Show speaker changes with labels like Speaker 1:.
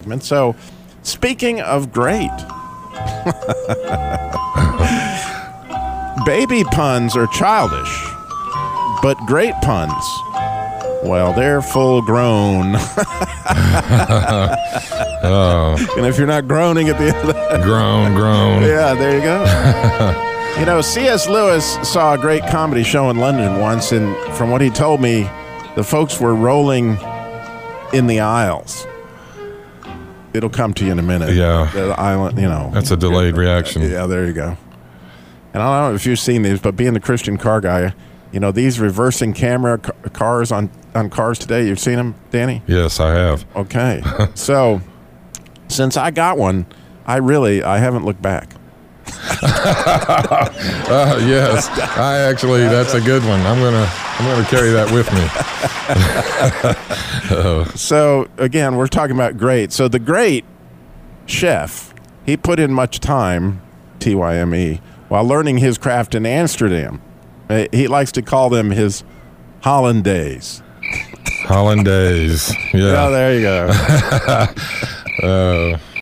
Speaker 1: segment. So, speaking of great, baby puns are childish, but great puns, well, they're full grown. And if you're not groaning at the end of that,
Speaker 2: Groan, groan.
Speaker 1: yeah, there you go. you know, C.S. Lewis saw a great comedy show in London once, and from what he told me, the folks were rolling in the aisles. It'll come to you in a minute.
Speaker 2: Yeah.
Speaker 1: the island. You know.
Speaker 2: That's a delayed reaction.
Speaker 1: yeah, there you go. And I don't know if you've seen these, but being the Christian car guy, you know these reversing camera ca- cars on on cars today. You've seen them, Danny?
Speaker 2: Yes, I have.
Speaker 1: Okay. so since I got one, I really I haven't looked back.
Speaker 2: Uh, yes, I actually. That's a good one. I'm gonna. I'm gonna carry that with me.
Speaker 1: So again, we're talking about great. So the great chef, he put in much time, T Y M E, while learning his craft in Amsterdam. Uh, He likes to call them his hollandaise.
Speaker 2: Hollandaise.
Speaker 1: Oh,
Speaker 2: Yeah.
Speaker 1: there you go.
Speaker 2: Uh,